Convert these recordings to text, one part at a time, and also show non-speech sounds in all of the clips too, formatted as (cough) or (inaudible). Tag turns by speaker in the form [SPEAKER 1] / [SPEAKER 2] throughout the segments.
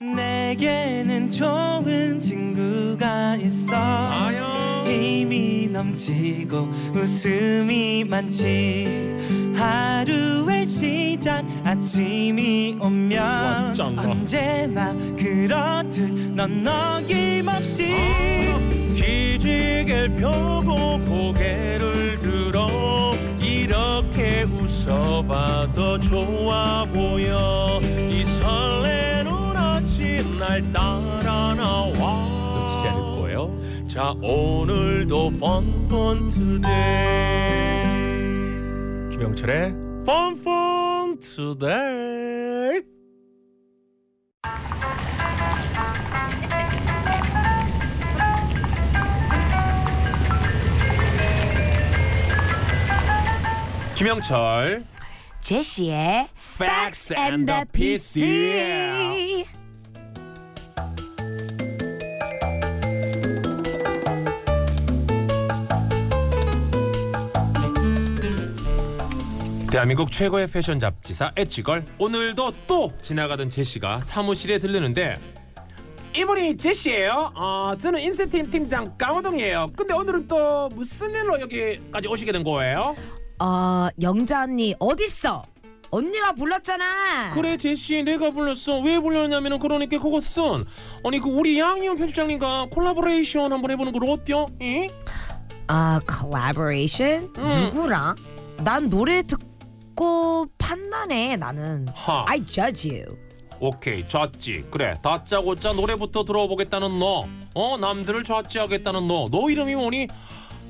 [SPEAKER 1] 내게는 좋은 친구가 있어 힘이 넘치고 웃음이 많지 하루의 시작 아침이 오면
[SPEAKER 2] 짱이다.
[SPEAKER 1] 언제나 그렇듯 넌 어김없이
[SPEAKER 3] 아.
[SPEAKER 2] 기지개 펴고 고개를 들어 이렇게 웃어봐도 좋아 보여 이 설레는 아침 날 따라 나와
[SPEAKER 3] 놓치지 않을 거예요.
[SPEAKER 2] 자 오늘도 펀펀 투데이
[SPEAKER 3] 김영철의
[SPEAKER 2] 펀펀 투데이
[SPEAKER 3] 김영철
[SPEAKER 4] 제시의 Facts and the PC.
[SPEAKER 3] 대한민국 최고의 패션 잡지사 엣지걸 오늘도 또 지나가던 제시가 사무실에 들르는데 이분이 제시예요. 어, 저는 인쇄팀 팀장 강호동이에요. 근데 오늘은 또 무슨 일로 여기까지 오시게 된 거예요?
[SPEAKER 4] 어, 영자 언니 어딨어? 언니가 불렀잖아.
[SPEAKER 3] 그래 제시 내가 불렀어. 왜 불렀냐면은 그러니까 그것은 아니 그 우리 양희은 편집장님과 콜라보레이션 한번 해보는 걸 어때요? 응?
[SPEAKER 4] 아, 콜라보레이션?
[SPEAKER 3] 음.
[SPEAKER 4] 누구랑? 난 노래 듣고 판단해 나는.
[SPEAKER 3] 하.
[SPEAKER 4] I judge you.
[SPEAKER 3] 오케이 좌지 그래 다짜고짜 노래부터 들어보겠다는 너 어 남들을 좌지하겠다는 너 너 이름이 뭐니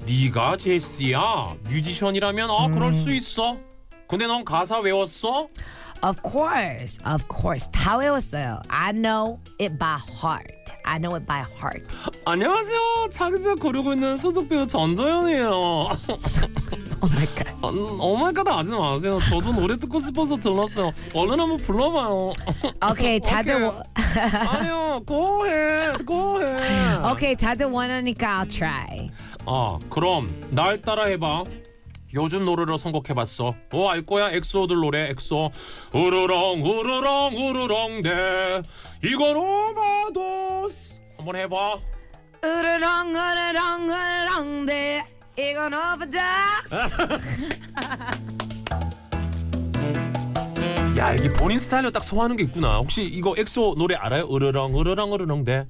[SPEAKER 3] 네가 제시야 뮤지션이라면 아 그럴 수 있어 근데 넌 가사 외웠어
[SPEAKER 4] Of course, of course. 다 외웠어요. I know it by heart. I know it by heart.
[SPEAKER 3] 안녕하세요 자기사 고르고 있는 소속 배우 전도연이에요 (laughs)
[SPEAKER 4] Oh my god.
[SPEAKER 3] 어마이갓 하지 마세요 저도 노래 듣고 싶어서 들렀어요 얼른 한번 불러봐요
[SPEAKER 4] 오케이, 다들
[SPEAKER 3] 오케이.
[SPEAKER 4] 원-
[SPEAKER 3] 아니요 고해 고해
[SPEAKER 4] 오케이, 다들 원하니까 I'll try.
[SPEAKER 3] 아 그럼 날 따라 해봐 요즘 노래로 선곡해봤어 어 알거야 엑소들 노래 엑소 우르렁 우르렁 우르렁 대 이건 오바도스 한번 해봐
[SPEAKER 4] 으르렁 으르렁 으르렁 네 이건 오브닥스
[SPEAKER 3] 야 이게 본인 스타일로 딱 소화하는 게 있구나 혹시 이거 엑소 노래 알아요? 으르렁 으르렁 으르렁 대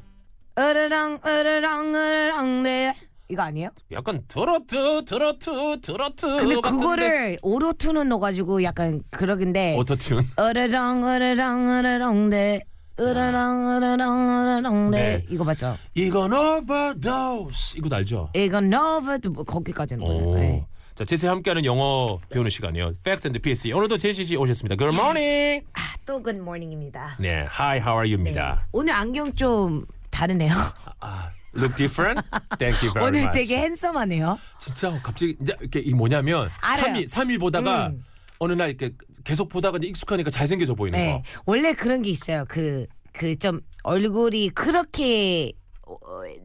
[SPEAKER 4] 으르렁 으르렁 으르렁 네 이거 아니에요?
[SPEAKER 3] 약간 트로트 트로트 트로트 같은데.
[SPEAKER 4] 근데
[SPEAKER 3] 어.
[SPEAKER 4] 그거를 오로투는 넣어가지고 약간 그러긴데
[SPEAKER 3] 오토튠
[SPEAKER 4] 으르렁 으르렁 으르렁 네 으르렁 으르렁 으르렁 네
[SPEAKER 3] 네.
[SPEAKER 4] 이거 맞죠?
[SPEAKER 3] 이건 오바도스 이거 알죠?
[SPEAKER 4] 이건 오브 거기까지는
[SPEAKER 3] 오.
[SPEAKER 4] 거예요 네.
[SPEAKER 3] 자, 제시와 함께하는 영어 배우는 시간이요. Facts and PS. 오늘도 제시 씨 오셨습니다. Good morning.
[SPEAKER 4] 아, 또 굿모닝입니다
[SPEAKER 3] 네, Hi, how are you입니다.
[SPEAKER 4] 네. 오늘 안경 좀 다르네요
[SPEAKER 3] 아, look different. Thank you very
[SPEAKER 4] (laughs) 오늘
[SPEAKER 3] much.
[SPEAKER 4] 되게 핸섬하네요
[SPEAKER 3] 진짜 갑자기 이제 이렇게 이 뭐냐면
[SPEAKER 4] 알아요.
[SPEAKER 3] 3일 3일 보다가
[SPEAKER 4] 음.
[SPEAKER 3] 어느 날 이렇게 계속 보다가 이제 익숙하니까 잘생겨져 보이는
[SPEAKER 4] 네. 원래 그런 게 있어요. 그, 그 좀 얼굴이 그렇게 어,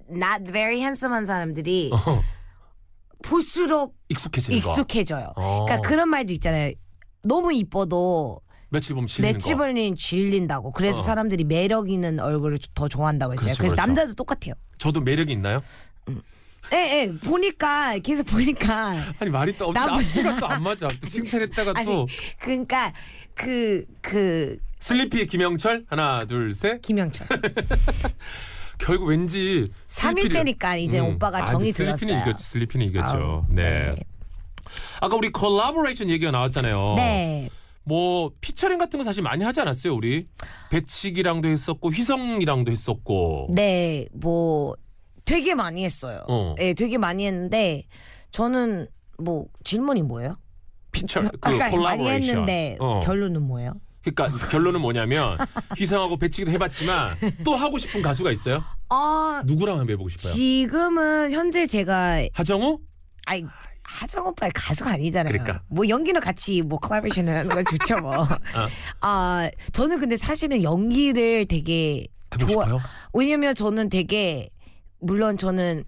[SPEAKER 4] not very handsome한 사람들이
[SPEAKER 3] 거. 어,
[SPEAKER 4] 볼수록
[SPEAKER 3] 익숙해지는 거.
[SPEAKER 4] 익숙해져요.
[SPEAKER 3] 어.
[SPEAKER 4] 그러니까 그런 말도 있잖아요. 너무 이뻐도
[SPEAKER 3] 며칠 보면 질리는
[SPEAKER 4] 며칠
[SPEAKER 3] 거.
[SPEAKER 4] 보니 질린다고. 그래서
[SPEAKER 3] 어.
[SPEAKER 4] 사람들이 매력 있는 얼굴을 더 좋아한다고 했잖아요.
[SPEAKER 3] 그렇죠,
[SPEAKER 4] 그래서
[SPEAKER 3] 그렇죠.
[SPEAKER 4] 남자도 똑같아요.
[SPEAKER 3] 저도 매력이 있나요?
[SPEAKER 4] 예, 예. 보니까 계속 보니까
[SPEAKER 3] 아니 말이 또 없지.
[SPEAKER 4] 남-
[SPEAKER 3] 앞뒤가 또 안
[SPEAKER 4] (laughs)
[SPEAKER 3] 맞아. 또 칭찬했다가
[SPEAKER 4] 아니
[SPEAKER 3] 또
[SPEAKER 4] 그러니까 그 그
[SPEAKER 3] 슬리피 김영철 하나 둘 셋. (laughs)
[SPEAKER 4] 김영철
[SPEAKER 3] 결국 왠지 슬리피를-
[SPEAKER 4] 3일째니까 이제
[SPEAKER 3] 음.
[SPEAKER 4] 오빠가
[SPEAKER 3] 아,
[SPEAKER 4] 정이
[SPEAKER 3] 이제 슬리피는
[SPEAKER 4] 들었어요.
[SPEAKER 3] 이겼죠. 슬리피는 이겼죠.
[SPEAKER 4] 아우,
[SPEAKER 3] 네. 아까 우리 콜라보레이션 얘기가 나왔잖아요.
[SPEAKER 4] 네.
[SPEAKER 3] 뭐 피처링 같은 거 사실 많이 하지 않았어요, 우리? 배치기랑도 했었고 휘성이랑도 했었고.
[SPEAKER 4] 네, 뭐 되게 많이 했어요.
[SPEAKER 3] 어.
[SPEAKER 4] 네, 되게 많이 했는데 저는 뭐 질문이 뭐예요?
[SPEAKER 3] 피처 그
[SPEAKER 4] 아까 많이
[SPEAKER 3] 콜라보레이션.
[SPEAKER 4] 했는데
[SPEAKER 3] 어.
[SPEAKER 4] 결론은 뭐예요?
[SPEAKER 3] 그러니까 결론은
[SPEAKER 4] (laughs)
[SPEAKER 3] 뭐냐면 휘성하고 배치기도 해봤지만 또 하고 싶은 가수가 있어요?
[SPEAKER 4] 아
[SPEAKER 3] 누구랑 한번 해보고 싶어요?
[SPEAKER 4] 지금은 현재 제가
[SPEAKER 3] 하정우?
[SPEAKER 4] 아이 하정 오빠의 가수가 아니잖아요.
[SPEAKER 3] 그러니까. 어.
[SPEAKER 4] 뭐 연기는 같이 뭐 콜라보레이션을 하는 건 좋죠
[SPEAKER 3] (laughs)
[SPEAKER 4] 뭐. 아 저는 근데 사실은 연기를 되게
[SPEAKER 3] 해보고
[SPEAKER 4] 좋아-
[SPEAKER 3] 싶어요?
[SPEAKER 4] 왜냐면 저는 되게 물론 저는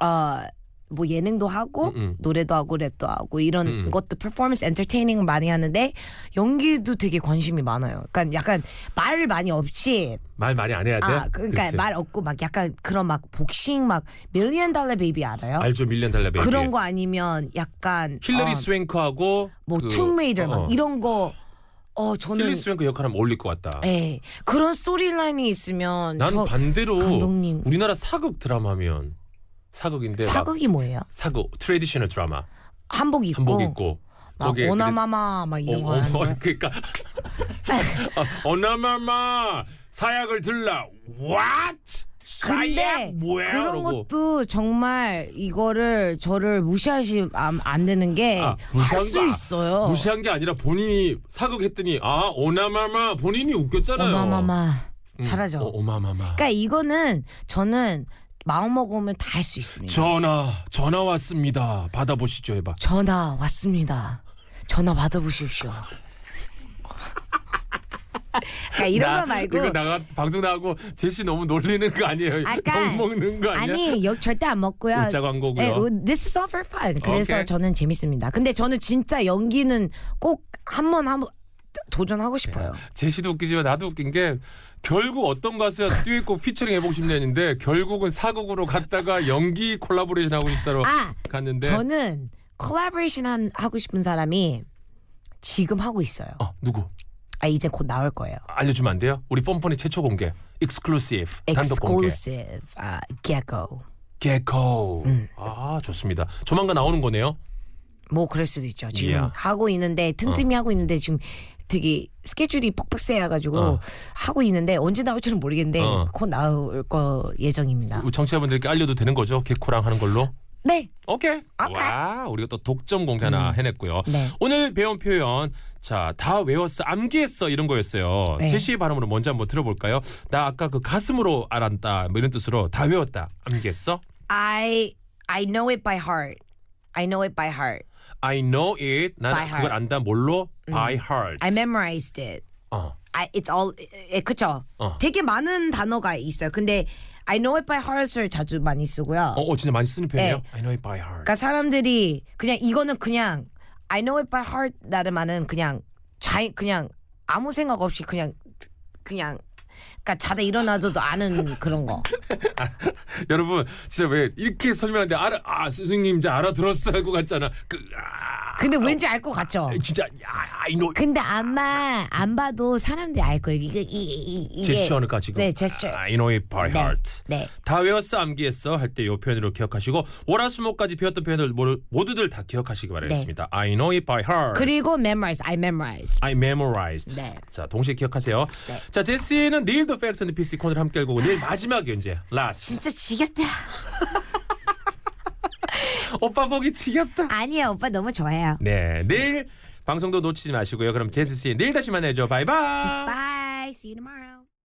[SPEAKER 4] 어 뭐 예능도 하고
[SPEAKER 3] 음, 음.
[SPEAKER 4] 노래도 하고 랩도 하고 이런
[SPEAKER 3] 음, 음.
[SPEAKER 4] 것도 퍼포먼스 엔터테이닝 많이 하는데 연기도 되게 관심이 많아요. 그러니까 약간 약간 말 많이 없이
[SPEAKER 3] 말 많이 안 해야 돼.
[SPEAKER 4] 아 그러니까
[SPEAKER 3] 그치?
[SPEAKER 4] 말 없고 막 약간 그런 막 복싱 막 밀리언 달러 베이비 알아요?
[SPEAKER 3] 알죠 밀리언 달러 베이비. 네,
[SPEAKER 4] 그런 거 아니면 약간
[SPEAKER 3] 힐러리
[SPEAKER 4] 어,
[SPEAKER 3] 스웬크하고
[SPEAKER 4] 뭐
[SPEAKER 3] 그-
[SPEAKER 4] 툼레이더
[SPEAKER 3] 어.
[SPEAKER 4] 막 이런 거 어 저는
[SPEAKER 3] 힐러리 스웬크 그 역할하면 어울릴 것 같다.
[SPEAKER 4] 예 그런 스토리라인이 있으면
[SPEAKER 3] 난
[SPEAKER 4] 저
[SPEAKER 3] 반대로
[SPEAKER 4] 감독님.
[SPEAKER 3] 우리나라 사극 드라마 하면 사극인데 네, 막
[SPEAKER 4] 사극이 뭐예요?
[SPEAKER 3] 사극 트레디셔널 드라마
[SPEAKER 4] 한복 입고,
[SPEAKER 3] 한복 입고
[SPEAKER 4] 막
[SPEAKER 3] 거기에
[SPEAKER 4] 오나마마 막 이런
[SPEAKER 3] 어,
[SPEAKER 4] 거
[SPEAKER 3] 어,
[SPEAKER 4] 하는
[SPEAKER 3] 어,
[SPEAKER 4] 거예요.
[SPEAKER 3] (laughs) 그러니까 어, 어나마마 사약을 들라 what 사약
[SPEAKER 4] 근데
[SPEAKER 3] 뭐야
[SPEAKER 4] 그런
[SPEAKER 3] 이러고.
[SPEAKER 4] 것도 정말 이거를 저를 무시하시면 안 되는 게
[SPEAKER 3] 아,
[SPEAKER 4] 할
[SPEAKER 3] 무시한
[SPEAKER 4] 수
[SPEAKER 3] 거 아-
[SPEAKER 4] 있어요.
[SPEAKER 3] 무시한 게 아니라 본인이 사극했더니 아 오나마마 본인이 웃겼잖아요.
[SPEAKER 4] 오마마마
[SPEAKER 3] 음,
[SPEAKER 4] 잘하죠.
[SPEAKER 3] 어, 오마마마.
[SPEAKER 4] 그러니까 이거는 저는 마음 먹으면 다 할 수 있습니다.
[SPEAKER 3] 전화 전화 왔습니다. 받아보시죠 해봐.
[SPEAKER 4] 전화 왔습니다. 전화 받아보십시오. (laughs) 그러니까 이런
[SPEAKER 3] 나-
[SPEAKER 4] 거 말고
[SPEAKER 3] 이거 나가 방송 나가고 제시 너무 놀리는 거 아니에요?
[SPEAKER 4] 아까-
[SPEAKER 3] 욕 먹는 거 아니야? 어,
[SPEAKER 4] 아니 욕 절대 안 먹고요.
[SPEAKER 3] 웃자 광고고요.
[SPEAKER 4] 네, 우- this is all for fun. 그래서
[SPEAKER 3] 오케이.
[SPEAKER 4] 저는 재밌습니다. 근데 저는 진짜 연기는 꼭 한 번 한 번 도전하고 싶어요.
[SPEAKER 3] 제시도 웃기지만 나도 웃긴 게 결국 어떤 가수야 듀엣곡 피처링 해보고 싶냐는데 결국은 사극으로 갔다가 연기 콜라보레이션 하고 싶다로
[SPEAKER 4] 아
[SPEAKER 3] 갔는데
[SPEAKER 4] 저는 콜라보레이션 한, 하고 싶은 사람이 지금 하고 있어요.
[SPEAKER 3] 어, 누구
[SPEAKER 4] 아 이제 곧 나올 거예요.
[SPEAKER 3] 알려주면 안 돼요? 우리 뻔뻔이 최초 공개 익스클루시브 단독 공개
[SPEAKER 4] Exclusive 아, Gecko.
[SPEAKER 3] 개코
[SPEAKER 4] 음.
[SPEAKER 3] 아 좋습니다 조만간 나오는 거네요
[SPEAKER 4] 뭐 그럴 수도 있죠. 지금
[SPEAKER 3] 이야. 어.
[SPEAKER 4] 하고 있는데 틈틈이 하고 있는데 지금 되게 스케줄이 빡빡 세여가지고
[SPEAKER 3] 어.
[SPEAKER 4] 하고 있는데 언제 나올지는 모르겠는데
[SPEAKER 3] 어.
[SPEAKER 4] 곧 나올 거 예정입니다.
[SPEAKER 3] 우리 청취자분들께 알려도 되는 거죠 개코랑 하는 걸로
[SPEAKER 4] 네,
[SPEAKER 3] 오케이. 와, 우리가 또 독점 공개 하나 해냈고요.
[SPEAKER 4] 네.
[SPEAKER 3] 오늘 배운 표현, 자, 다 외웠어, 암기했어 이런 거였어요.
[SPEAKER 4] 네.
[SPEAKER 3] 제시의 발음으로 먼저 한번 들어볼까요? 나 아까 그 가슴으로 알았다 뭐 이런 뜻으로 다 외웠다, 암기했어.
[SPEAKER 4] I I know it by heart. I know it by heart.
[SPEAKER 3] I know it. 난
[SPEAKER 4] By
[SPEAKER 3] 그걸
[SPEAKER 4] heart. 음.
[SPEAKER 3] 안다. 뭘로? By heart.
[SPEAKER 4] I memorized it.
[SPEAKER 3] 어,
[SPEAKER 4] I, it's all 에, 그쵸?
[SPEAKER 3] 어.
[SPEAKER 4] 되게 많은 단어가 있어요. 근데 I know it by heart을 자주 많이 쓰고요.
[SPEAKER 3] 어, 어, 진짜 많이 쓰는 표현이에요.
[SPEAKER 4] 네.
[SPEAKER 3] I know it by heart.
[SPEAKER 4] 그러니까 사람들이 그냥 이거는 그냥 I know it by heart 나름하는 그냥 자이 그냥 아무 생각 없이 그냥 그냥 그러니까 자다 일어나서도 아는 그런 거.
[SPEAKER 3] 여러분, 진짜 왜 이렇게 설명하는데 알아, 아, 선생님 이제 알아들었어 하고 갔잖아. 그, 아,
[SPEAKER 4] 근데 왠지 알 것 같죠?
[SPEAKER 3] 진짜 아, I know. it.
[SPEAKER 4] 근데 아마 안 봐도 사람들이 알 거예요. 이게 이, 이, 이게
[SPEAKER 3] 제스처니까 지금.
[SPEAKER 4] 네, 제스처.
[SPEAKER 3] I know it by heart.
[SPEAKER 4] 네.
[SPEAKER 3] 다 외웠어 암기했어 할 때 이 표현으로 기억하시고 오라수목까지 배웠던 표현들 모두, 모두들 다 기억하시기 바라겠습니다. I know it by heart.
[SPEAKER 4] 네. 그리고 memorize, I memorize.
[SPEAKER 3] I memorized.
[SPEAKER 4] 네.
[SPEAKER 3] 자 동시에 기억하세요. 자 제시는 내일도 팩스 앤 피스 코너를 함께 읽고 내일 마지막에 이제 라스.
[SPEAKER 4] 진짜 지겹다.
[SPEAKER 3] 오빠 보기 지겹다.
[SPEAKER 4] 아니에요, 오빠 너무 좋아요.
[SPEAKER 3] 네 내일 방송도 놓치지 마시고요. 그럼 제시 씨 내일 다시 만나죠. 바이바이.
[SPEAKER 4] Bye, see you tomorrow.